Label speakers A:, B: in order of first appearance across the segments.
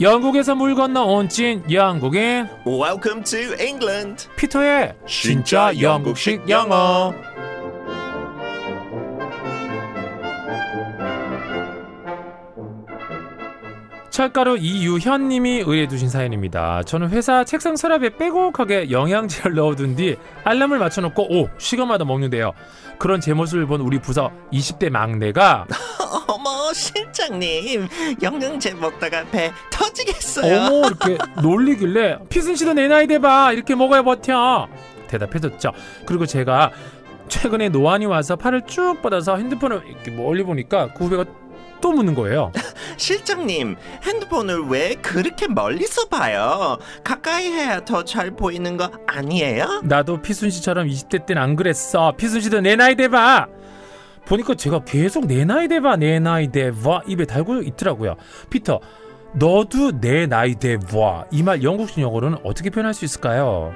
A: 영국에서 물 건너 온 찐 영국인
B: Welcome to England.
A: 피터의 진짜 영국식 영어. 철가루 이유현님이 의뢰해주신 사연입니다. 저는 회사 책상 서랍에 빼곡하게 영양제를 넣어둔 뒤 알람을 맞춰놓고 오 시간마다 먹는데요. 그런 제 모습을 본 우리 부서 20대 막내가
B: 어머 실장님 영양제 먹다가 배 터지겠어요.
A: 어머 이렇게 놀리길래 피순 씨도 내 나이 돼봐 이렇게 먹어야 버텨 대답해줬죠. 그리고 제가 최근에 노안이 와서 팔을 쭉 뻗어서 핸드폰을 이렇게 멀리 보니까 그 후배가 또 묻는 거예요.
B: 실장님 핸드폰을 왜 그렇게 멀리서 봐요? 가까이 해야 더 잘 보이는 거 아니에요?
A: 나도 피순 씨처럼 20대 땐 안 그랬어. 피순 씨도 내 나이 돼봐. 보니까 제가 계속 내 나이 돼봐 내 나이 돼봐 입에 달고 있더라고요. 피터 너도 내 나이 돼봐 이 말 영국식 영어로는 어떻게 표현할 수 있을까요?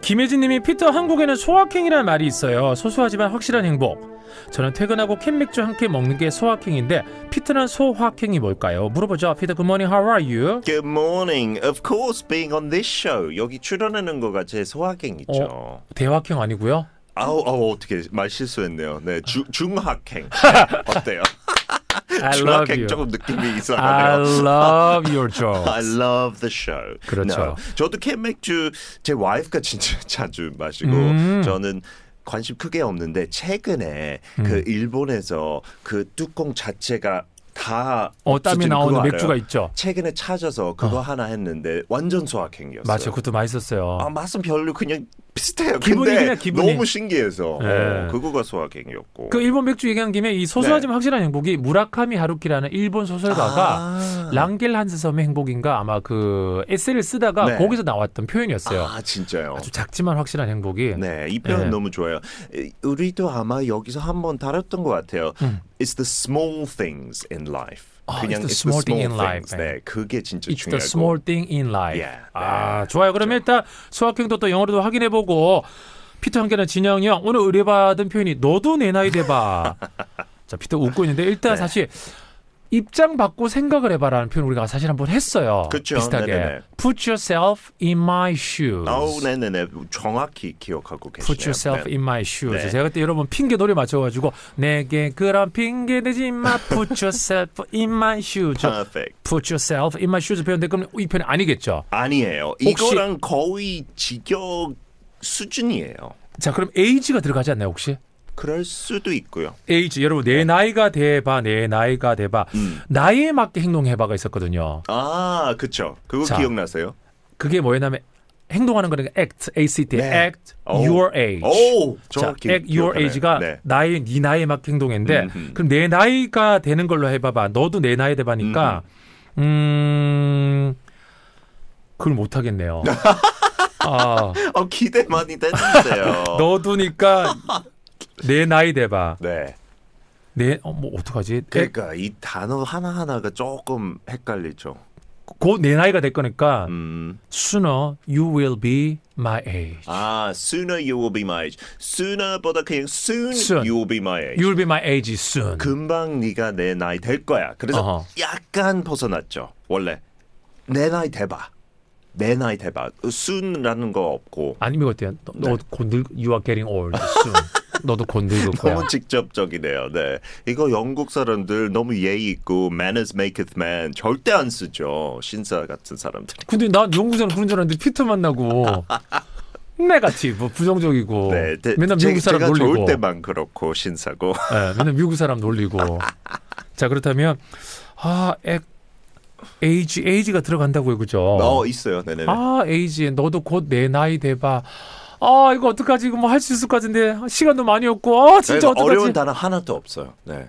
A: 김혜진님이 피터 한국에는 소확행이라는 말이 있어요. 소소하지만 확실한 행복. 저는 퇴근하고 캔맥주 한 캔 먹는 게 소확행인데 피터는 소확행이 뭘까요? 물어보죠. 피터 굿모닝 how are you?
B: Good morning. Of course, being on this show. 여기 출연하는 거가 제 소확행이죠.
A: 어? 대확행 아니고요.
B: 아우 아우 어떻게 말 실수했네요. 네 주, 중학행 어때요?
A: I love
B: 중학행
A: you.
B: 조금 느낌이
A: I
B: 이상하네요.
A: love your joke.
B: I love the show.
A: 그렇죠.
B: No. 저도 캔맥주 제 와이프가 진짜 자주 마시고
A: 음.
B: 저는 관심 크게 없는데 최근에 그 일본에서 그 뚜껑 자체가 다
A: 어 땀이
B: 없어지는
A: 나오는
B: 그거
A: 맥주가
B: 알아요?
A: 있죠.
B: 최근에 찾아서 그거 하나 했는데 완전 소확행이었어요.
A: 맞아요. 그것도 맛있었어요.
B: 아 맛은 별로 그냥 비슷해요.
A: 기분이
B: 근데
A: 그냥 기분이.
B: 너무 신기해서
A: 예.
B: 어, 그거가 소확행이었고.
A: 그 일본 맥주 얘기한 김에 이
B: 네.
A: 소소하지만 확실한 행복이 무라카미 하루키라는 일본 소설가가
B: 아.
A: 랑겔 한스섬의 행복인가 아마 그 에세이를 쓰다가
B: 네.
A: 거기서 나왔던 표현이었어요.
B: 아 진짜요.
A: 아주 작지만 확실한 행복이
B: 네, 이 표현
A: 네.
B: 너무 좋아요. 에, 우리도 아마 여기서 한번 다뤘던 것 같아요.
A: 음.
B: It's the small things in life.
A: 아, it's the small thing in life.
B: 네, 그게 진짜
A: It's the
B: 중요하고.
A: small thing in life.
B: Yeah,
A: 아 좋아요. 그러면 일단 수학행도 또 영어로도 확인해보고 피터 한개는 진영이 형 오늘 의뢰받은 표현이 너도 내 나이 돼봐. 자 피터 웃고 있는데 일단
B: 네.
A: 사실 입장 받고 생각을 해봐라는 표현 우리가 사실 한번 했어요.
B: 그쵸,
A: 비슷하게
B: 네네네.
A: put yourself in my shoes.
B: 아우, 네, 네, 네, 정확히 기억하고 계시네요.
A: Put yourself
B: 네.
A: in my shoes.
B: 네.
A: 제가 그때 여러분 핑계 노래 맞춰가지고 내게 그런 핑계 대지 마. Put yourself in my shoes.
B: Perfect.
A: Put yourself in my shoes 표현 그럼 이 표현 아니겠죠?
B: 아니에요.
A: 혹시-
B: 이거랑 거의 직역 수준이에요.
A: 자 그럼 age가 들어가지 않나요 혹시?
B: 그럴 수도 있고요.
A: age 여러분 내 나이가 돼봐 내 나이가 돼봐
B: 네. 음.
A: 나이에 맞게 행동해봐가 있었거든요.
B: 아, 그쵸. 그거
A: 자.
B: 기억나세요?
A: 그게 뭐였냐면 행동하는 거는 act, act,
B: 네.
A: act
B: 오.
A: your age.
B: 오,
A: 자,
B: 정확히.
A: act your
B: 기억하네요.
A: age가
B: 네.
A: 나이 네 나이에 맞게 행동했는데 그럼 내 나이가 되는 걸로 해봐봐. 너도 내 나이 돼봐니까 음 그걸 못 하겠네요. 아
B: 어, 기대 많이 됐는데요.
A: 너도니까 내 나이 돼봐.
B: 네.
A: 내어뭐 어떡하지?
B: 그러니까 이 단어 하나 하나가 조금 헷갈리죠.
A: 곧 내 나이가 될 거니까
B: 음.
A: sooner you will be my age.
B: 아, sooner you will be my age. sooner보다 그냥 soon,
A: Soon.
B: you will be my age.
A: You'll be my age soon.
B: 그 금방 네가 내 나이 될 거야. 그래서
A: 어허.
B: 약간 벗어났죠. 원래 내 나이 돼봐. 내 나이 돼봐. soon라는 거 없고
A: 아니면 어때요?
B: 네.
A: 너곧늙 you are getting old soon. 너도 곧 늙을 거야.
B: 너무 직접적이네요. 네, 이거 영국 사람들 너무 예의 있고 manners maketh man 절대 안 쓰죠. 신사 같은 사람들.
A: 근데 나 영국 사람 그런 줄 알았는데 피터 만나고 네가티브 부정적이고
B: 네, 제-
A: 맨날
B: 제-
A: 미국 사람
B: 제가
A: 놀리고
B: 좋을 때만 그렇고 신사고.
A: 예, 맨날 미국 사람 놀리고 자 그렇다면 아 액, 에이지 에이지가 들어간다고요 그죠?
B: 어 있어요. 네네. 네
A: 아 에이지 너도 곧 내 나이 돼봐. 아 이거 어떡하지 이거 뭐 할 수 있을 것 같은데 시간도 많이 없고 아 진짜 어떡하지?
B: 어려운 단어 하나도 없어요. 네.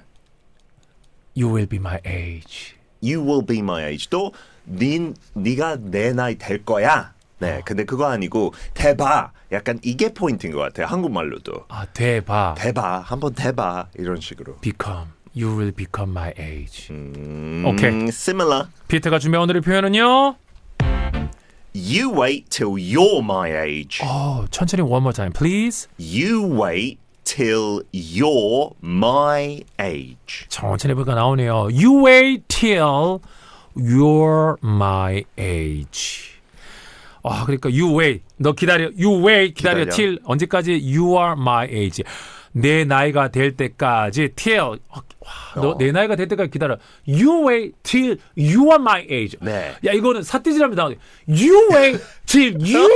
A: You will be my age.
B: You will be my age. 또 닌, 네가 내 나이 될 거야. 네, 근데 그거 아니고 대봐. 약간 이게 포인트인 것 같아요. 한국말로도
A: 아 돼봐.
B: 대봐 한번 대봐 이런 식으로.
A: Become. You will become my age.
B: 음,
A: 오케이.
B: Similar.
A: 피터가 준비한 오늘의 표현은요.
B: You wait till you're my age.
A: 어, 천천히 one more time, please.
B: You wait till you're my age.
A: 천천히 보니까 나오네요. You wait till you're my age. 아, 그러니까 you wait. 너 기다려. You wait. 기다려.
B: 기다려.
A: till 언제까지 you are my age. 내 나이가 될 때까지 till 어, 와, 너
B: 어.
A: 내 나이가 될 때까지 기다려. You wait till you are my age.
B: 네.
A: 야, 이거는 사태질하면 나오네. You wait till you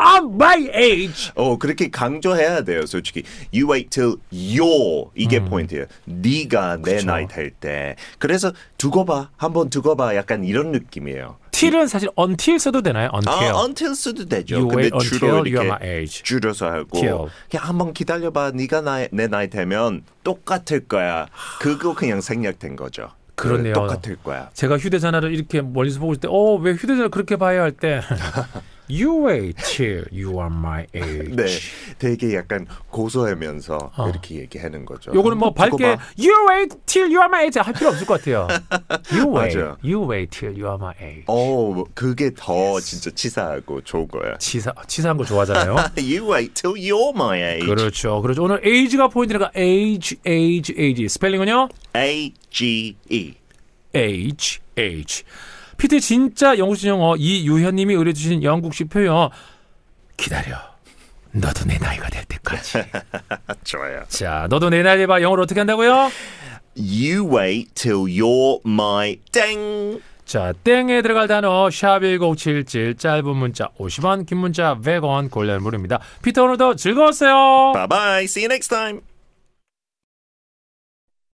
A: are my age.
B: 어 그렇게 강조해야 돼요, 솔직히. You wait till your
A: 음.
B: 이게 포인트예요. 네가 내 나이 될 때. 그래서 두고 봐, 한번 두고 봐, 약간 이런 느낌이에요.
A: till은 사실 until 써도 되나요? until.
B: 아, until 쓰도 되죠.
A: You
B: 근데
A: wait until
B: 주로
A: you are
B: 이렇게
A: my age.
B: 줄여서 하고
A: Till.
B: 그냥 한번 기다려봐. 네가 나이, 내 나이 되면 똑같을 거야. 그거 그냥 생략된 거죠.
A: 그러네요.
B: 똑같을 거야.
A: 제가 휴대전화를 이렇게 멀리서 보고 있을 때, 어, 왜 휴대전화 그렇게 봐야 할 때, You wait till you are my age.
B: 네, 되게 약간 고소하면서 이렇게 얘기하는 거죠.
A: 어. 요거는 뭐
B: 두고
A: 밝게
B: 봐.
A: You wait till you are my age 할 필요 없을 것 같아요. You wait,
B: 맞아요.
A: you wait till you are my age.
B: 어, 그게 더 진짜 치사하고 좋은 거야.
A: 치사 치사한 거 좋아하잖아요.
B: You wait till you're my age.
A: 그렇죠, 그렇죠. 오늘 age가 포인트니까 age, age, age. 스펠링은요?
B: A G E.
A: H H. 피트 진짜 영국식 영어 이유현님이 의뢰주신 영국식 표현 기다려. 너도 내 나이가 될 때까지.
B: 아, 좋아요.
A: 자, 너도 내 나이 봐. 영어로 어떻게 한다고요?
B: You wait till you're my 땡.
A: 자, 땡에 들어갈 단어 샵1077 짧은 문자 50원, 긴 문자 100원 골라물입니다. 피터 오늘도 즐거웠어요.
B: Bye bye. See you next time.